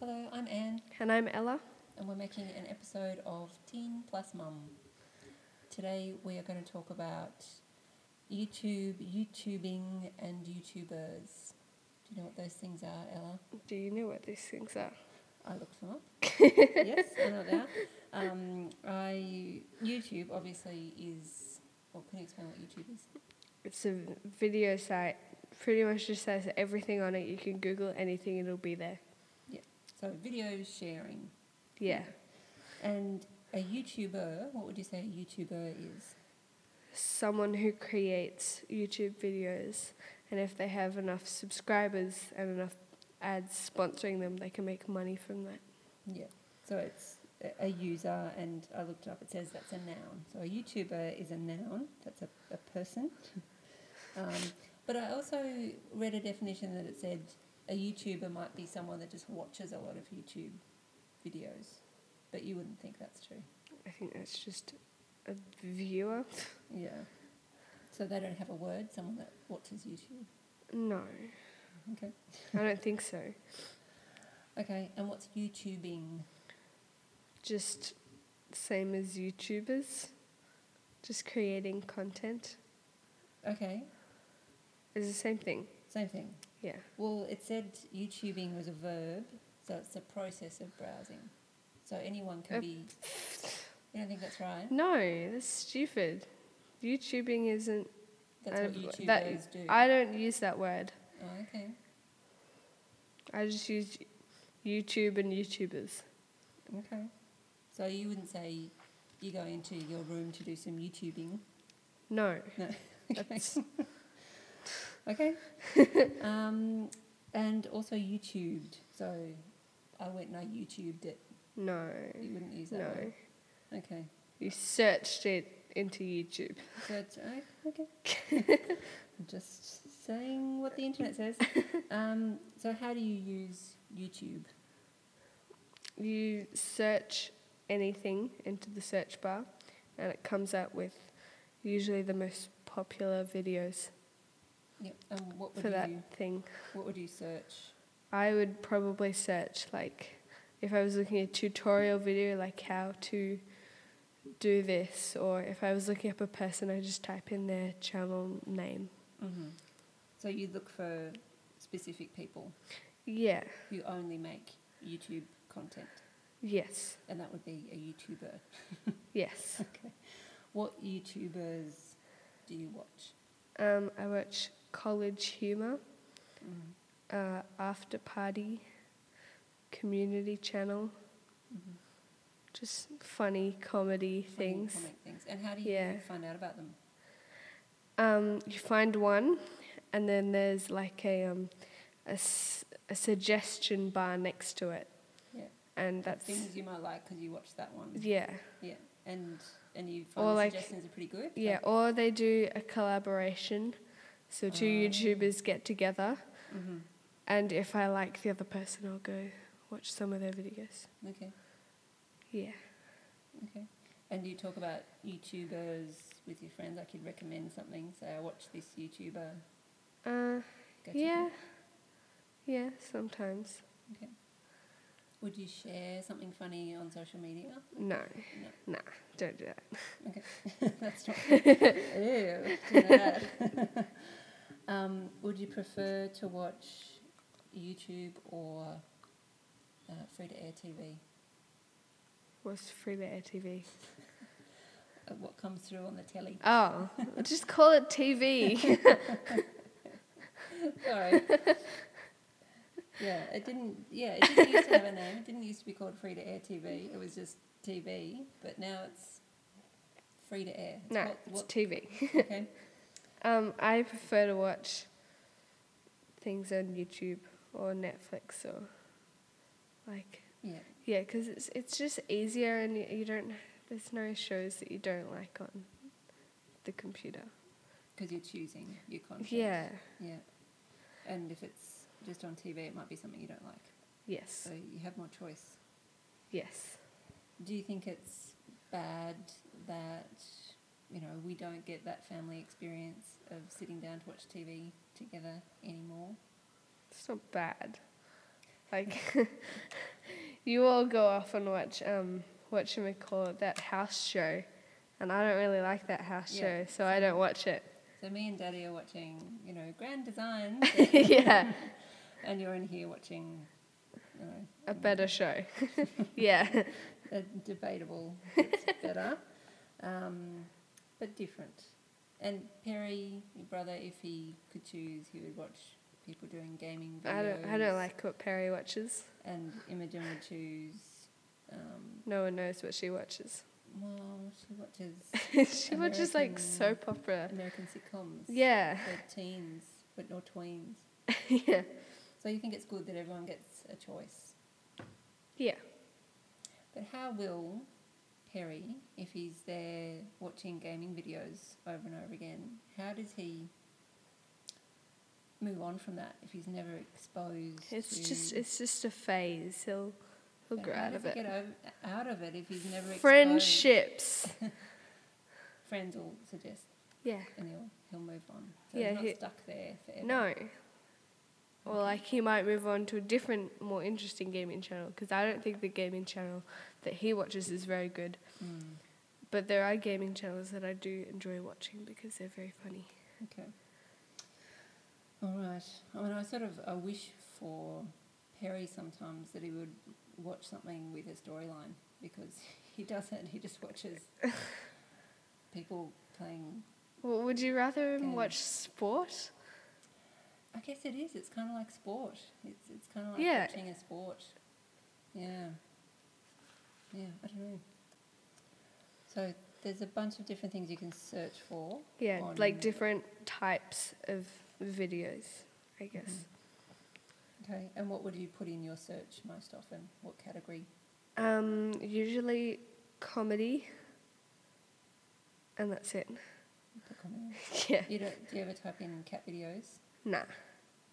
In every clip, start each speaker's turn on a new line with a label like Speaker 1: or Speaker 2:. Speaker 1: Hello, I'm Anne,
Speaker 2: And I'm Ella.
Speaker 1: and we're making an episode of Teen Plus Mum. Today we are going to talk about YouTube, YouTubing, and YouTubers. Do you know what those things are, Ella?
Speaker 2: Do you know what these things are?
Speaker 1: I looked them up. yes, I know what they are. Um, I YouTube obviously is. Well, can you explain what YouTube is?
Speaker 2: It's a video site. Pretty much just has everything on it. You can Google anything, it'll be there.
Speaker 1: So video sharing.
Speaker 2: Yeah.
Speaker 1: And a YouTuber, what would you say a YouTuber is?
Speaker 2: Someone who creates YouTube videos, and if they have enough subscribers and enough ads sponsoring them, they can make money from that.
Speaker 1: Yeah. So it's a- a user, and I looked it up. It says that's a noun. So a YouTuber is a noun. That's a, a person. um, but I also read a definition that it said a YouTuber might be someone that just watches a lot of YouTube videos, but you wouldn't think that's true.
Speaker 2: I think that's just a viewer.
Speaker 1: Yeah. So they don't have a word. Someone that watches YouTube.
Speaker 2: No,
Speaker 1: Okay.
Speaker 2: I don't think so.
Speaker 1: Okay. And what's YouTubing?
Speaker 2: Just same as YouTubers, just creating content.
Speaker 1: Okay.
Speaker 2: It's the same thing.
Speaker 1: Same thing.
Speaker 2: Yeah.
Speaker 1: Well, it said YouTubing was a verb, so it's the process of browsing. So anyone can
Speaker 2: Uh,
Speaker 1: be. You don't think that's right?
Speaker 2: No, that's stupid. YouTubing isn't.
Speaker 1: That's what
Speaker 2: I've-
Speaker 1: YouTubers
Speaker 2: that-
Speaker 1: do.
Speaker 2: I don't use that word.
Speaker 1: oh, okay.
Speaker 2: I just use YouTube and YouTubers.
Speaker 1: Okay. So you wouldn't say you go into your room to do some YouTubing.
Speaker 2: No.
Speaker 1: Okay. okay. um, and also YouTubed. So I went and I YouTubed it.
Speaker 2: No.
Speaker 1: You wouldn't use that.
Speaker 2: No.
Speaker 1: word. Okay.
Speaker 2: You searched it into YouTube.
Speaker 1: Good. right, Okay. I'm just saying what the internet says. Um, so, how do you use YouTube?
Speaker 2: You search anything into the search bar and it comes up with usually the most popular videos
Speaker 1: Yep. Um, what would
Speaker 2: for
Speaker 1: you
Speaker 2: that
Speaker 1: do?
Speaker 2: thing.
Speaker 1: What would you search?
Speaker 2: I would probably search like if I was looking at a tutorial video like how to do this or if I was looking up a person I just type in their channel name.
Speaker 1: Mm-hmm. So you look for specific people
Speaker 2: Yeah.
Speaker 1: who only make YouTube content,
Speaker 2: Yes.
Speaker 1: and that would be a YouTuber.
Speaker 2: Yes.
Speaker 1: Okay. What YouTubers do you watch?
Speaker 2: Um, I watch College Humor,
Speaker 1: Mm.
Speaker 2: uh, After Party, Community Channel,
Speaker 1: Mhm.
Speaker 2: just funny comedy
Speaker 1: Funny
Speaker 2: things.
Speaker 1: comic things. And how do you
Speaker 2: Yeah.
Speaker 1: find out about them?
Speaker 2: Um, you find one, and then there's like a um, a, s- a suggestion bar next to it.
Speaker 1: Yeah.
Speaker 2: And that's
Speaker 1: Things you might like because you watched that one.
Speaker 2: yeah,
Speaker 1: Yeah, and and you find
Speaker 2: Or
Speaker 1: the
Speaker 2: like-
Speaker 1: suggestions are pretty good.
Speaker 2: yeah. Or they do a collaboration, so two
Speaker 1: Oh.
Speaker 2: YouTubers get together,
Speaker 1: hmm
Speaker 2: and if I like the other person, I'll go watch some of their videos.
Speaker 1: Okay.
Speaker 2: Yeah,
Speaker 1: Okay. And you talk about YouTubers with your friends. Like you'd recommend something. Say I watched this YouTuber.
Speaker 2: uh,
Speaker 1: Go check it
Speaker 2: yeah,
Speaker 1: out."
Speaker 2: yeah. Sometimes
Speaker 1: Okay. Would you share something funny on social media?
Speaker 2: no,
Speaker 1: No.
Speaker 2: nah, don't do that.
Speaker 1: Okay. That's not. Ew. do that. um, would you prefer to watch YouTube or uh, free to air TV?
Speaker 2: What's free to air TV?
Speaker 1: Uh, what comes through on the telly?
Speaker 2: Oh, just call it TV.
Speaker 1: Sorry. yeah, it didn't. Yeah, it didn't used to have a name. It didn't used to be called free to air TV. It was just TV, but now it's free to air. It's
Speaker 2: no,
Speaker 1: what-
Speaker 2: it's
Speaker 1: what-
Speaker 2: TV.
Speaker 1: okay.
Speaker 2: Um, I prefer to watch things on YouTube or Netflix or like
Speaker 1: Yeah.
Speaker 2: yeah, 'cause it's it's just easier and you, you don't there's no shows that you don't like on the computer.
Speaker 1: Because you're choosing your content.
Speaker 2: Yeah.
Speaker 1: Yeah. And if it's just on TV, it might be something you don't like.
Speaker 2: Yes.
Speaker 1: So you have more choice.
Speaker 2: Yes.
Speaker 1: Do you think it's bad that you know we don't get that family experience of sitting down to watch TV together anymore?
Speaker 2: It's not bad. Like you all go off and watch um what should we call it that house show, and I don't really like that house
Speaker 1: Yeah,
Speaker 2: show, so I don't watch it.
Speaker 1: So me and Daddy are watching, you know, Grand Designs,
Speaker 2: yeah,
Speaker 1: and you're in here watching, you know,
Speaker 2: a better show. yeah,
Speaker 1: a debatable. It's better, um, but different. And Perry, your brother, if he could choose, he would watch people doing gaming videos.
Speaker 2: I don't. I don't like what Perry watches.
Speaker 1: And Imogen would choose. Um,
Speaker 2: No one knows what she watches.
Speaker 1: well, she watches
Speaker 2: she watches like
Speaker 1: American-
Speaker 2: soap opera.
Speaker 1: American sitcoms.
Speaker 2: Yeah,
Speaker 1: For teens, but not tweens.
Speaker 2: yeah,
Speaker 1: So you think it's good that everyone gets a choice.
Speaker 2: yeah.
Speaker 1: But how will Perry, if he's there watching gaming videos over and over again, how does he move on from that if he's never exposed?
Speaker 2: It's
Speaker 1: to
Speaker 2: just it's just a phase. He'll he'll
Speaker 1: But
Speaker 2: grow
Speaker 1: how
Speaker 2: out
Speaker 1: does
Speaker 2: of
Speaker 1: he
Speaker 2: it.
Speaker 1: Get o- out of it if he's never exposed?
Speaker 2: Friendships.
Speaker 1: Friends will suggest,
Speaker 2: yeah.
Speaker 1: and he'll he'll move on. So
Speaker 2: Yeah,
Speaker 1: he's not
Speaker 2: he-
Speaker 1: stuck there forever.
Speaker 2: No. Or like he might move on to a different, more interesting gaming channel because I don't think the gaming channel that he watches is very good.
Speaker 1: Mm,
Speaker 2: But there are gaming channels that I do enjoy watching because they're very funny.
Speaker 1: okay. All right. I mean, I sort of I wish for Perry sometimes that he would watch something with a storyline because he doesn't. He just watches people playing.
Speaker 2: Well, would you rather him
Speaker 1: Games.
Speaker 2: watch sport?
Speaker 1: I guess it is. It's kind of like sport. It's it's kind of like
Speaker 2: Yeah.
Speaker 1: watching a sport. Yeah. Yeah. I don't know. So there's a bunch of different things you can search for.
Speaker 2: Yeah,
Speaker 1: on-
Speaker 2: like different types of videos, I
Speaker 1: Mm-hmm.
Speaker 2: guess.
Speaker 1: Okay. And what would you put in your search most often? What category?
Speaker 2: Um, usually comedy, and that's it.
Speaker 1: The comedy.
Speaker 2: yeah,
Speaker 1: You don't, do you ever type in cat videos?
Speaker 2: nah,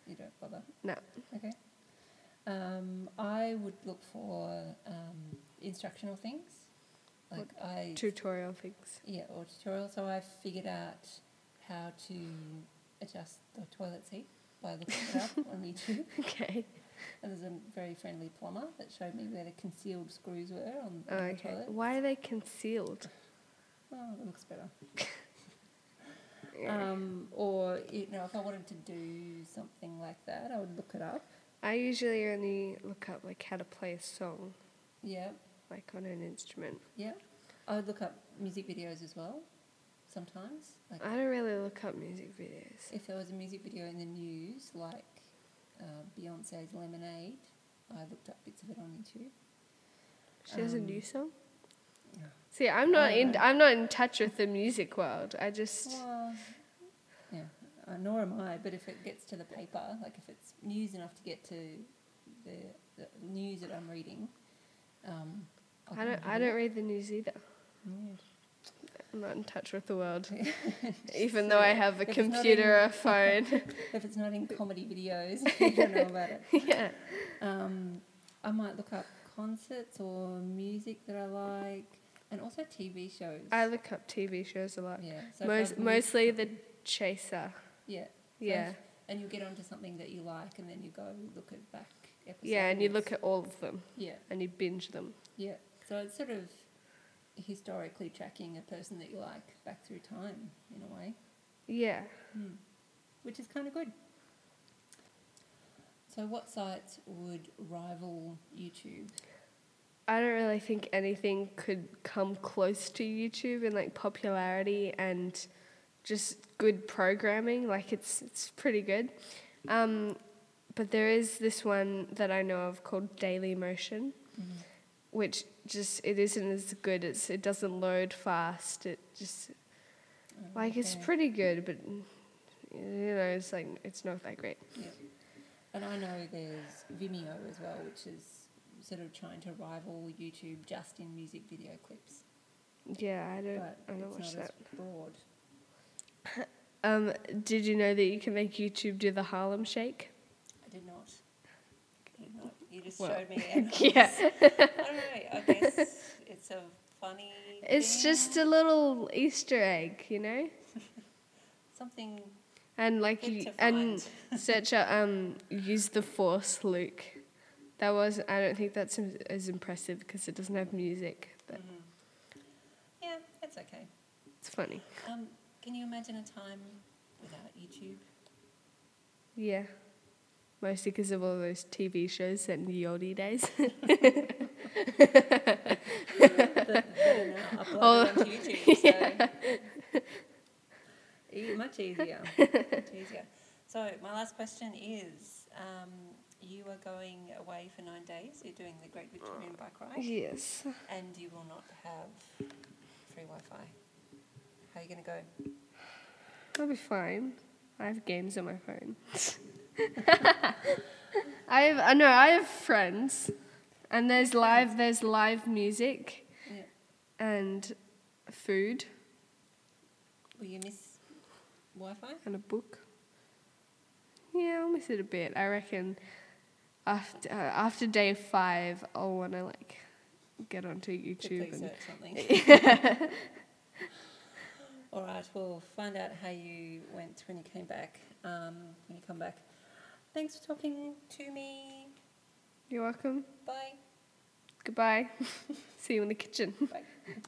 Speaker 1: You don't bother?
Speaker 2: No.
Speaker 1: Okay. Um, I would look for um, instructional things. Like I,
Speaker 2: tutorial things.
Speaker 1: yeah, or tutorial. So I figured out how to adjust the toilet seat by looking it up on YouTube.
Speaker 2: Okay.
Speaker 1: And there's a very friendly plumber that showed me where the concealed screws were on,
Speaker 2: Oh,
Speaker 1: on the
Speaker 2: okay.
Speaker 1: toilet.
Speaker 2: Why are they concealed?
Speaker 1: Oh, it looks better.
Speaker 2: Yeah.
Speaker 1: Um, or you know, if I wanted to do something like that, I would look it up.
Speaker 2: I usually only look up like how to play a song,
Speaker 1: Yeah,
Speaker 2: like on an instrument.
Speaker 1: Yeah. I would look up music videos as well sometimes. Like
Speaker 2: I don't really look up music videos.
Speaker 1: if there was a music video in the news, like uh, Beyonce's Lemonade, I looked up bits of it on YouTube.
Speaker 2: She has a
Speaker 1: Um,
Speaker 2: new song.
Speaker 1: yeah.
Speaker 2: See, I'm not
Speaker 1: I
Speaker 2: in.
Speaker 1: know.
Speaker 2: I'm not in touch with the music world. I just
Speaker 1: Well, yeah, uh, nor am I, but if it gets to the paper, like if it's news enough to get to the, the news that I'm reading, um,
Speaker 2: I don't. I don't read the news either.
Speaker 1: don't.
Speaker 2: I'm not in touch with the world,
Speaker 1: Yeah.
Speaker 2: even though I have a
Speaker 1: If it's not
Speaker 2: computer, a phone.
Speaker 1: If it's not in comedy videos, you don't know about it.
Speaker 2: yeah.
Speaker 1: Um, I might look up concerts or music that I like, and also TV shows.
Speaker 2: I look up TV shows a lot.
Speaker 1: yeah, if I've
Speaker 2: Most,
Speaker 1: missed
Speaker 2: mostly the
Speaker 1: something-
Speaker 2: Chaser.
Speaker 1: yeah,
Speaker 2: Yeah.
Speaker 1: if- and you get onto something that you like, and then you go look at back episodes.
Speaker 2: Yeah, and you look at all of them
Speaker 1: yeah,
Speaker 2: and you binge them.
Speaker 1: yeah. So it's sort of historically tracking a person that you like back through time in a way.
Speaker 2: Yeah.
Speaker 1: Hmm. Which is kind of good. So, what sites would rival YouTube?
Speaker 2: I don't really think anything could come close to YouTube in like popularity and just good programming. Like it's it's pretty good. Um, but there is this one that I know of called Daily Motion, which just it isn't as good. It's it doesn't load fast. It just
Speaker 1: Oh,
Speaker 2: like it's
Speaker 1: okay.
Speaker 2: pretty good, but you know it's like it's not that great.
Speaker 1: Yeah. And I know there's Vimeo as well, which is sort of trying to rival YouTube just in music video clips.
Speaker 2: Yeah, I don't
Speaker 1: But
Speaker 2: I don't
Speaker 1: it's
Speaker 2: watch
Speaker 1: not
Speaker 2: that.
Speaker 1: as broad.
Speaker 2: Um, did you know that you can make YouTube do the Harlem Shake?
Speaker 1: I did not. I did not. You just
Speaker 2: Well,
Speaker 1: showed me. And I
Speaker 2: yeah.
Speaker 1: was- I don't know. I guess it's a funny.
Speaker 2: It's
Speaker 1: thing.
Speaker 2: just a little Easter egg, you know?
Speaker 1: something
Speaker 2: And like
Speaker 1: good
Speaker 2: you,
Speaker 1: to
Speaker 2: and
Speaker 1: find.
Speaker 2: search out um use the force Luke That was I don't think that's im- as impressive because it doesn't have music, but
Speaker 1: Mhm. Yeah, that's okay.
Speaker 2: it's funny.
Speaker 1: Um, can you imagine a time without YouTube?
Speaker 2: Yeah. Mostly because of all those TV shows set in the oldie days.
Speaker 1: But they're now uploaded
Speaker 2: Oh,
Speaker 1: onto YouTube, so E- much easier. much easier. So my last question is: um, You are going away for nine days. You're doing the Great Victorian Bike Ride,
Speaker 2: yes.
Speaker 1: and you will not have free Wi-Fi. How are you going to go?
Speaker 2: I'll be fine. I have games on my phone. I have I know I have friends, and there's live there's live music,
Speaker 1: Yeah.
Speaker 2: and food
Speaker 1: Will you miss Wi-Fi?
Speaker 2: and a book. Yeah, I'll miss it a bit. I reckon after uh, after day five, I'll want to like get onto
Speaker 1: Quickly
Speaker 2: YouTube and
Speaker 1: search something. All right, we'll find out how you went when you came back. Um, when you come back. Thanks for talking to me.
Speaker 2: you're welcome.
Speaker 1: Bye.
Speaker 2: Goodbye. See you in the kitchen.
Speaker 1: Bye.